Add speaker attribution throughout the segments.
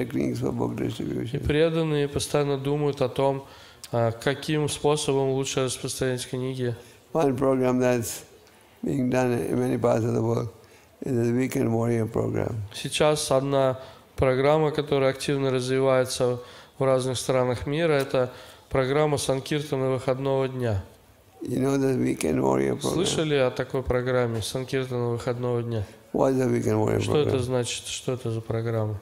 Speaker 1: И преданные постоянно думают о том, а, каким способом лучше распространять книги.
Speaker 2: One program that's being done in many parts of the world is the Weekend Warrior program.
Speaker 1: Сейчас одна программа, которая активно развивается в разных странах мира, это программа Санкиртана выходного дня.
Speaker 2: You know the Weekend Warrior program?
Speaker 1: Слышали о такой программе Санкиртана выходного дня?
Speaker 2: What is the Weekend Warrior
Speaker 1: Что это
Speaker 2: program?
Speaker 1: значит? Что это за программа?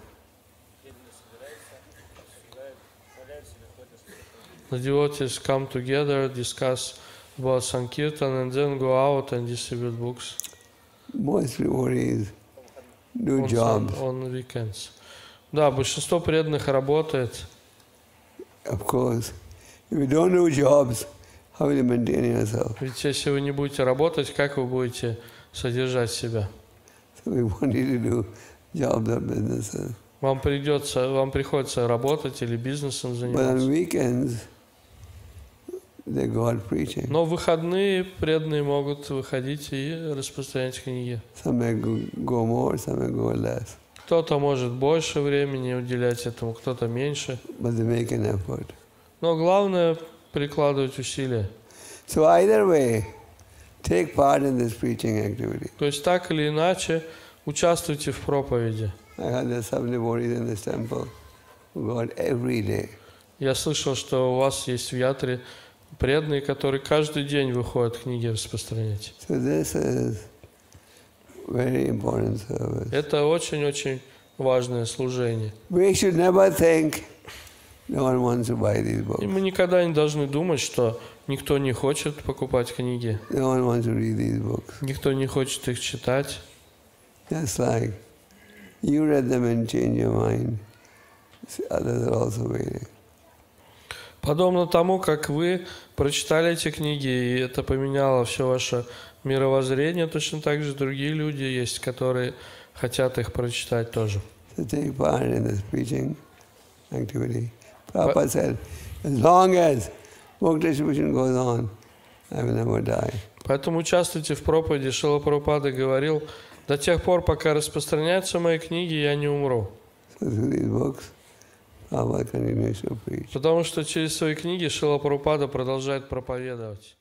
Speaker 1: The devotees come together, discuss about Sankirtan, and then go out and distribute books
Speaker 2: Most devotees do
Speaker 1: on,
Speaker 2: jobs.
Speaker 1: on weekends. Да, большинство преданных работает.
Speaker 2: Of course, if you don't do jobs, how will you maintain yourself?
Speaker 1: Ведь если вы не будете работать, как вы будете содержать себя?
Speaker 2: So we want you to do jobs or businesses.
Speaker 1: Вам придется, вам приходится работать или бизнесом
Speaker 2: But on
Speaker 1: заниматься.
Speaker 2: weekends, they go out preaching.
Speaker 1: Но в выходные преданные могут выходить и распространять книги.
Speaker 2: Some may go go more, some may go less,
Speaker 1: Кто-то может больше времени уделять этому, кто-то меньше.
Speaker 2: but they make an effort.
Speaker 1: Но главное прикладывать усилия.
Speaker 2: So either way, take part in this preaching activity.
Speaker 1: То есть так или иначе участвуйте в проповеди.
Speaker 2: I heard there's some devotees in this temple who go out every day.
Speaker 1: Я слышал, что у вас есть в Ятре преданные, которые каждый день выходят книги распространять.
Speaker 2: So this is very important service.
Speaker 1: Это очень-очень важное служение.
Speaker 2: We should never think no one wants to buy these
Speaker 1: И
Speaker 2: books.
Speaker 1: мы никогда не должны думать, что никто не хочет покупать книги,
Speaker 2: No one wants to read these books.
Speaker 1: никто не хочет их читать.
Speaker 2: Just like you read them and change your mind. See, Others are also waiting.
Speaker 1: Подобно тому, как вы прочитали эти книги, и это поменяло все ваше мировоззрение, точно так же другие люди есть, которые хотят их прочитать тоже.
Speaker 2: So take part in this preaching activity. Prabhupada said, as long as book distribution goes on, I will never die.
Speaker 1: Поэтому участвуйте в проповеди. Шила Прабхупада говорил, до тех пор, пока распространяются мои книги, я не умру.
Speaker 2: So through these books, Prabhupada continues to preach.
Speaker 1: Потому что через свои книги Шила Прабхупада продолжает проповедовать.